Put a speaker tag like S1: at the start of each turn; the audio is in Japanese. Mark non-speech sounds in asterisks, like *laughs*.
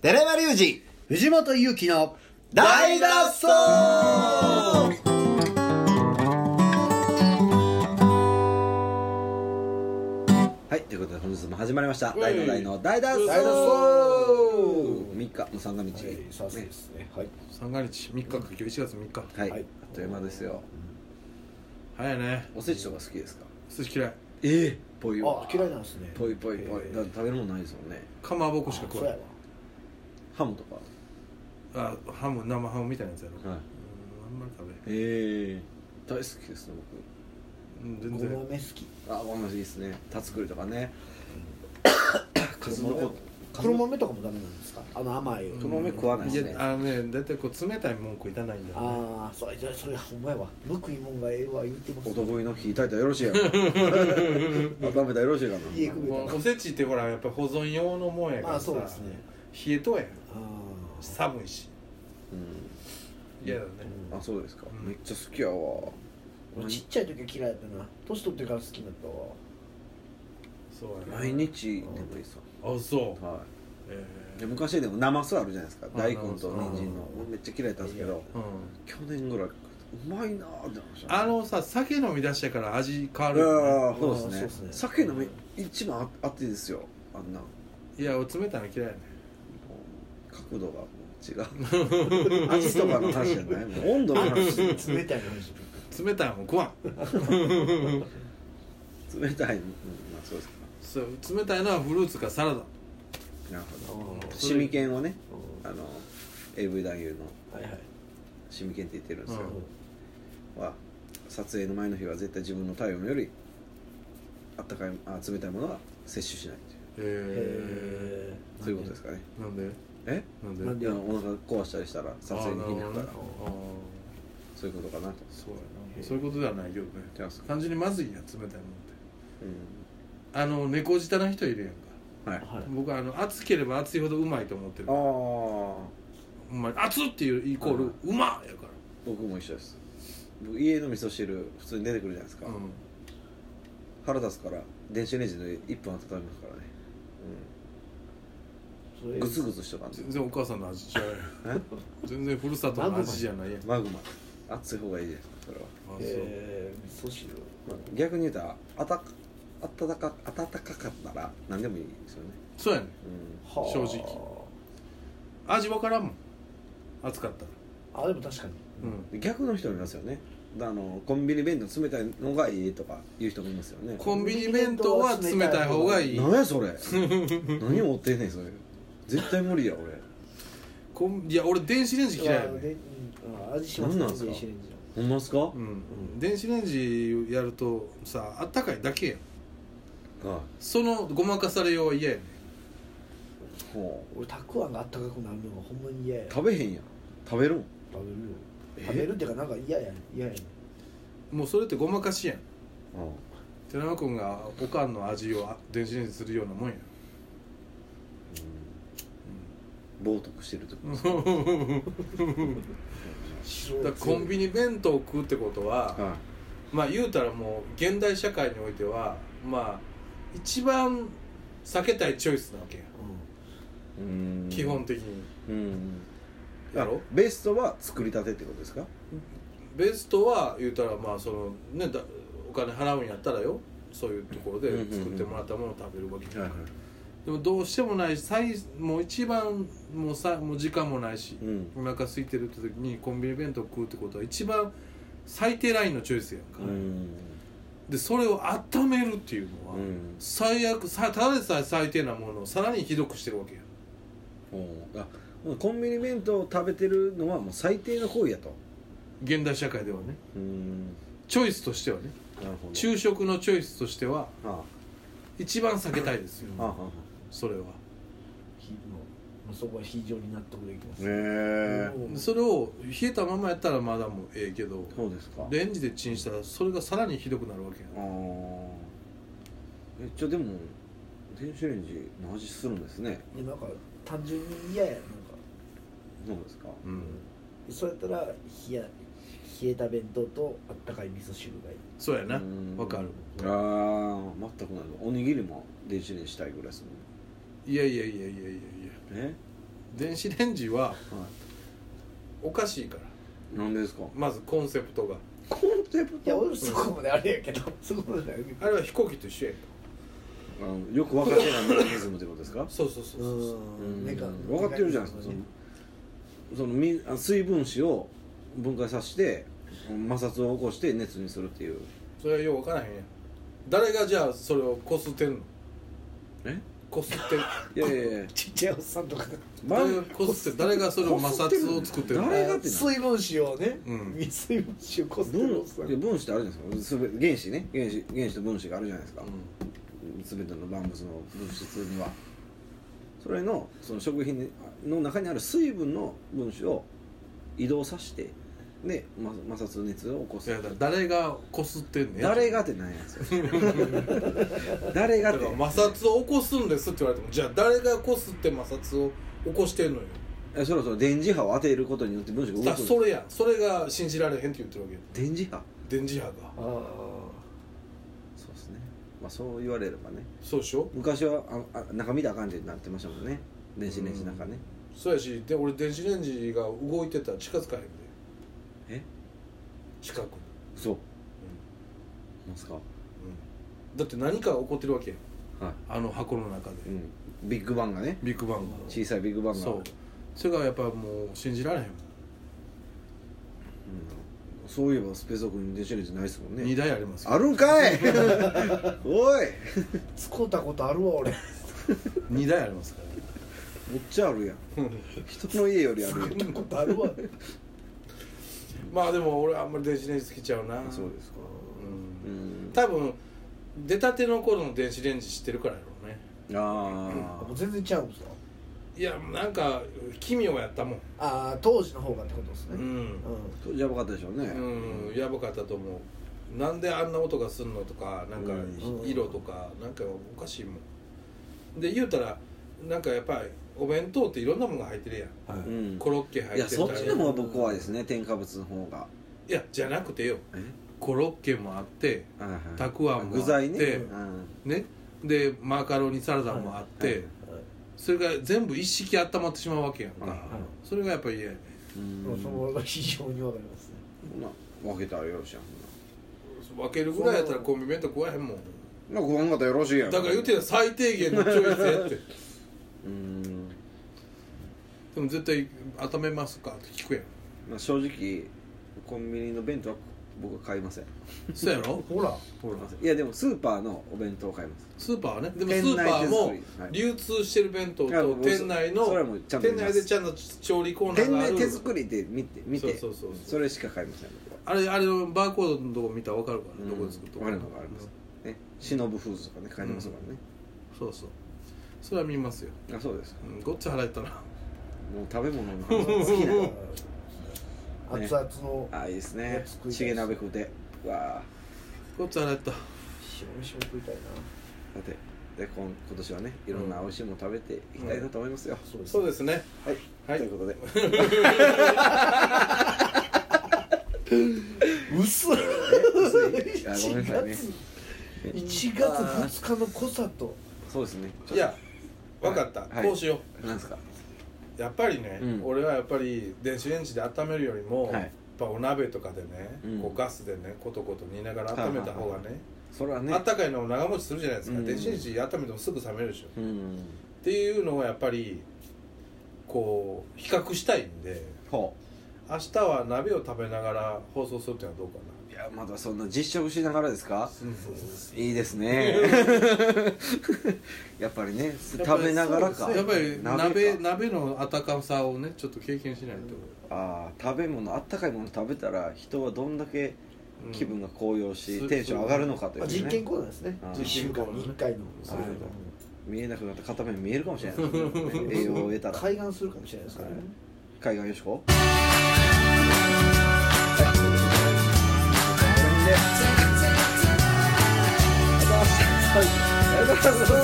S1: 寺山隆二
S2: 藤本勇樹の
S1: 大脱走
S3: はい、ということで本日も始まりました「
S2: い
S3: 大の大の大脱走」
S2: 大脱走
S3: 3日の三が日、
S2: さすがですねはい
S4: 三が日3日か今日1月3日
S3: はい、
S2: はい
S3: あっという間ですよ
S4: 早いね
S3: おせちとか好きですか
S4: 寿司嫌い
S3: ええぽい
S2: あ
S3: よ
S2: 嫌いなんですね
S3: ぽいぽいぽい
S2: へえ
S3: だって食べるもんないですもんね
S4: かまぼこしか
S2: そ
S4: 食
S2: う
S4: わ
S2: や
S4: な
S2: わ
S4: い
S3: ハムとか
S4: あハム生ハムみたいなやつやろ、
S3: はい
S4: うんあんまり食べ
S3: ええ大好きですね
S4: へんうん
S2: ご
S4: 全
S2: ま
S4: 然
S2: め好き
S3: 僕あごめんいいですねタツクルとかね数の子
S2: 黒豆とかもダメなんですかあの甘い
S3: 黒豆食わないですね
S4: いやあのね大体こう冷たいもん食いたないんだよ、ね、
S2: ああそれじゃそれほんまやわぬくいもんがええわ言ってます
S3: 男の日炊いたらよろし
S4: *laughs*
S3: いやんか温めたらよろしいかな
S2: 家食う
S4: もうおせちってほらやっぱ保存用のもんやか
S2: まあ
S4: らさ
S2: そうですね
S4: 冷えとうやん
S2: ああ
S4: 寒いし
S3: う
S4: 嫌だね
S3: んあそうですか
S4: うん
S3: めっちゃ好きやわ
S2: 俺ちっちゃい時は嫌いだったな年取ってから好きになっ
S3: *laughs*
S2: たわ
S4: そうや
S3: 毎
S4: ね
S3: 日でもいいさ
S4: あそう
S3: は
S4: え
S3: いで
S4: え
S3: 昔でもなますあるじゃないですか
S4: あ
S3: 大根と人参
S4: 生
S2: 酢
S3: のめっちゃ嫌いだったんですけど
S4: うん
S3: 去年ぐらい食ってうまいなーってなりました
S4: あのさ酒飲み出してから味変わ
S3: あ
S4: るよ、
S3: ー
S4: ね、
S3: そうで
S2: あーそうですす
S3: ね
S2: ね
S3: 酒飲み一番ああってですよあんない
S4: や俺冷たいの嫌いやね
S3: 角度がもう違う味とかの話じゃないもう温度の話
S2: 冷たい話
S4: 冷たいもん食わん
S3: 冷たいうんまあそうですか
S4: そう冷たいのはフルーツかサラダ
S3: なる
S2: あ
S3: ほど
S2: あ
S3: シミケンをね
S2: うん
S3: あの AV 男優の
S2: はいはい
S3: シミケンって言ってるんですけど
S4: うん
S3: は撮影の前の日は絶対自分の体温よりあったかいあ冷たいものは摂取しないという
S4: へ
S2: へ
S3: そういうことですかね
S4: えなんで
S3: え
S4: なんで
S2: なん
S3: い
S2: で
S3: やお腹壊したりしたら撮影できないから
S4: あーなるほどね
S3: そういうことかなと
S4: あーそうや
S2: へえ
S4: なそういうことではないけどね
S3: じゃあそ
S4: 単純にまずいやん冷たいもんって
S3: うん
S4: あの猫舌な人いるや
S3: は
S4: んか
S3: い
S2: えはい
S4: 僕はあの熱ければ熱いほどうまいと思ってる
S3: あ
S4: ほ
S3: あ
S4: んまに熱っていうイコール
S3: うん
S4: うまっやか、
S3: 僕も一緒です僕家の味噌汁普通に出てくるじゃないですから
S4: うん、
S3: 腹立つから電子レンジで1分温めますからね
S2: そ
S3: うん
S2: れ
S3: グツグツしとかんと
S4: 全然お母さんの味ちゃうやん
S3: え
S4: 全然ふるさとの味じゃないやんあ
S3: マグマ熱い方がいいですそれは
S4: そう
S2: えー味噌汁
S3: まあ逆に言うたらあたあたたか暖かかったら何でもいいですよね
S4: そうやねん
S3: う
S2: はあ
S4: 正直味わからんもん熱かったら
S2: あでも確かに
S4: うん
S3: ん逆の人もいますよねあのコンビニ弁当冷たいのがいいとか言う人もいますよね
S4: コンビニ弁当は冷たい方がいい
S3: 何やそ
S4: *laughs*
S3: れ何を持ってんねんそれ絶対無理や俺
S4: コンいや俺電子レンジ嫌いや
S2: あ
S4: ねん
S2: でうんあ味します
S3: 何なんですか
S2: 電子レンジの
S3: ほんまっすか、
S4: うん電子レンジやるとさあったかいだけやん
S3: はい
S4: そのごまかされようは嫌やね
S3: ほ
S2: 俺たくあんがあったかくなるのがほんまに嫌や
S3: う食べへんやん食べるん
S2: 食べるよ
S3: え
S2: 食べるっていうかなんか嫌やね嫌やね
S4: んもうそれってごまかしやん
S3: うん
S4: 寺山君がおかんの味をあ電子レンジするようなもん *laughs* やん
S3: 冒涜してる時
S4: だか
S2: 白い
S4: らコンビニ弁当を食うってことは、
S3: は
S4: まあ言うたらもう現代社会においてはまあ一番避けたいチョイスなわけや、
S3: いうん
S4: 基本的に
S3: うん
S4: やろ
S3: ベストは作りたてってことですか
S4: ベストは言うたらまあそのねだお金払うんやったらよそういうところで作ってもらったものを食べるわけじゃない、でもどうしてもないし最もう一番もうさもう時間もないし、
S3: うん
S4: お腹空いてるって時にコンビニ弁当食うってことは一番最低ラインのチョイスやんか、
S3: うん
S4: でそれを温めるっていうのは、
S3: うん
S4: 最悪さただでさえ最低なものをさらにひどくしてるわけやん
S3: ほうあコンビニ弁当を食べてるのはもう最低の行為やと
S4: 現代社会ではね
S3: うん
S4: チョイスとしてはね
S3: なるほど
S4: 昼食のチョイスとしては
S3: は
S4: 一番避けたいですよ、
S3: あはあはあ
S4: それは
S2: 火のまあそこは非常に納得できます
S3: へえ
S2: うん
S4: それを冷えたままやったらまだもうええけど
S3: そうですか
S4: レンジでチンしたらそれがさらにひどくなるわけや
S3: ああえじゃあでも電子レンジの味するんですね
S2: いやなんか単純に嫌やなんか
S3: そうですか
S4: うん
S2: そうやったら冷や冷えた弁当とあったかい味噌汁がいい
S4: そうやな
S3: うん
S4: わかる
S3: ああ全くないおにぎりも電子レンジしたいぐらいですもん
S4: いやいやいやいやいやいや
S3: ね
S4: 電子レンジはおかしいから
S3: なんでですか
S4: まずコンセプトが
S3: コンセプ
S2: いや
S3: ト
S2: 俺そこまであれやけどそこまであれやけ
S4: あれは飛行機と一緒やんか
S3: あのよく分かってないメカニズムってことですか
S4: そうそうそう
S2: ど
S4: そう
S2: う
S3: う
S4: そ
S3: んん
S2: なんか
S3: 分かってるじゃないですかそのそのみあ水分子を分解させて摩擦を起こして熱にするっていう
S4: それはよう分からへんやん誰がじゃあそれをこすってんの
S3: え
S4: こすって
S3: いやいやいや
S2: ちっちゃいおっさんとか
S3: バ
S4: *laughs* 誰が
S3: ン
S4: こすって誰がそれを摩擦を作ってるの
S3: こす誰がってな
S2: 水分子をね、
S4: うん
S2: 水分子をこすってるおっさん
S3: 分いや分子ってあるじゃないですかすべ原子ね原子原子と分子があるじゃないですか、
S4: う
S3: すべての万物の物質にはそれのその食品の中にある水分の分子を移動させてでま摩擦熱を起こ
S4: んい
S3: す
S4: やだから誰がこすってんねん
S3: 誰がってなんや
S4: *laughs*
S3: それ誰が
S4: だ
S3: っ
S4: か
S3: て
S4: ら摩擦を起こすんですって言われてもじゃあ誰がこすって摩擦を起こしてんのよ
S3: えそろそろ電磁波を当てることによって分子が動くん
S4: だ
S3: で
S4: か
S3: す
S4: らそれやんそれが信じられへんって言ってるわけよ
S3: 電磁波
S4: 電磁波が
S2: あ
S3: そうですねまあそう言われればね
S4: そうでしょ
S3: 昔はああ中見たらあかんってなってましたもんね電子レンジなんかね
S4: そうやしで俺電子レンジが動いてたら近づかへんで
S3: え
S4: 近くに、
S3: そうますかは
S4: うん、だって何か起こってるわけやん
S3: い
S4: あの箱の中で、
S3: うんビッグバンがね
S4: ビッグバンが
S3: 小さいビッグバンが
S4: そうそれがやっぱもう信じられへんもん
S3: うんそういえばスペースオークに電子レンジないですもん
S4: 2
S3: ね
S4: 台あります
S3: あるんか
S4: *laughs*
S3: いおい
S2: 使ったことあるわ俺
S4: 2台ありますか
S3: めっちゃあるやん
S4: ら
S3: 人の家よりあるやん
S2: 使ったことあるわ
S4: まあでも俺あんまり電子レンジ好きちゃうな
S3: そうですか
S4: うん
S3: うん
S4: 多分出たての頃の電子レンジ知ってるからやろうね
S3: あ
S2: もう全然ちゃうんですか
S4: いやなんか奇妙やったもん
S2: ああ当時の方がってことです
S4: う
S2: ね
S3: あ
S4: ん、
S3: やばかったでしょうね
S4: うん、やばかったと思うなんであんな音がすんのとかなんか
S2: うん
S4: 色とかなんかおかしいもんで言うたらなんかやっぱりお弁当っていろんなものが入ってるやん、
S2: うん、はい
S3: うん
S4: コロッケ入って
S3: いや
S4: たり
S3: そっちの方が僕怖いですね添加物の方が
S4: いやじゃなくてよ
S3: え
S4: コロッケもあって
S3: はいはい
S4: たくあんもあって
S3: 具材ね
S4: う
S3: うん
S4: ねでマカロニサラダもあって、
S2: はい
S4: それが全部一式温まってしまうわけやんか、
S3: はい
S4: それがやっぱり嫌やね
S3: うん
S2: もうその方が非常にわかりますね
S3: まあ分けたらよろしいやん
S4: 分けるぐらいやったらコンビニ弁当食わへんもん
S3: まあ食わんかったらよろしいや
S4: だ
S3: ん
S4: から言うてたら最低限のチョイスやって
S3: うん
S4: でも絶対温めますかって聞くやん
S3: まあ正直コンビニの弁当は僕は買いません
S4: そうやろ
S2: ほら
S4: ほら
S3: いやでもスーパーのお弁当を買います
S4: スーパーはねでもス
S3: 店
S4: ーパ
S3: 内
S4: ー
S3: 手作
S4: も
S3: りはい
S4: 流通してる弁当
S3: いや
S4: と
S3: もう
S4: 店内の
S3: それはもうちゃんと
S4: 店内でちゃんと調理コーナー
S3: 店
S4: があ
S3: 内
S4: る
S3: 手作りで見て見て
S4: そうそうそうそう
S3: それしか買いません僕は
S4: あれあれのバーコードのとこ見たら分かるから、どこで作った
S3: うんあるのがありますね忍ぶフーズとかね買いますからね
S4: そうそうそれは見ますよ、
S3: あそうですか
S4: うん、ごっつ払えたな
S3: もう食べ物の話好きな
S4: *laughs*
S3: のね
S2: 熱々の
S3: あいいですねチゲ鍋食うてうわあ
S4: ごっつ払えた
S2: 白飯も食いたいな
S3: さてで今今年はねいろんな美味しいもの食べていきたいなと思いますよ、
S2: そうです
S4: そうですね
S3: はい、
S4: はい
S3: ということで
S2: 薄っ *laughs*
S3: いやごめんなさいね
S2: 1月2日の濃さと
S3: そうですね
S4: いや分かった、
S3: はい
S4: こうしよ
S3: なんですか
S4: うやっぱりね、
S3: うん
S4: 俺はやっぱり電子レンジで温めるよりも、
S3: はい
S4: やっぱお鍋とかでね、
S3: うん
S4: こうガスでねコトコト煮ながら温めた方がね
S3: それはね
S4: あったかいのを長持ちするじゃないですか、
S3: うん
S4: 電子レンジ温めてもすぐ冷めるでし
S3: う
S4: ょ
S3: ん
S4: っていうのをやっぱりこう比較したいんで
S3: ほ
S4: 明日は鍋を食べながら放送するっていうのはどうか
S3: ういやまだそんな実食しながらですか
S4: な、
S3: いいです
S4: *laughs*
S3: ねやっぱりね食べながらか
S4: やっぱり鍋
S3: か
S4: 鍋の温かさをねちょっと経験しないと、
S3: ああ食べ物あったかいもの食べたら人はどんだけ
S4: うん
S3: 気分が高揚し、
S4: うん
S3: テンション上がるのかという、
S2: まあ
S3: ね、
S2: 実験コーナーですね
S3: あー
S2: 1週間に1回の
S3: そういうこと見えなくなった片目見えるかもしれないですね
S4: *laughs*
S3: 栄養を得たら
S2: 開眼するかもしれないですからね
S3: 海岸よしこ
S2: はいありがとうございます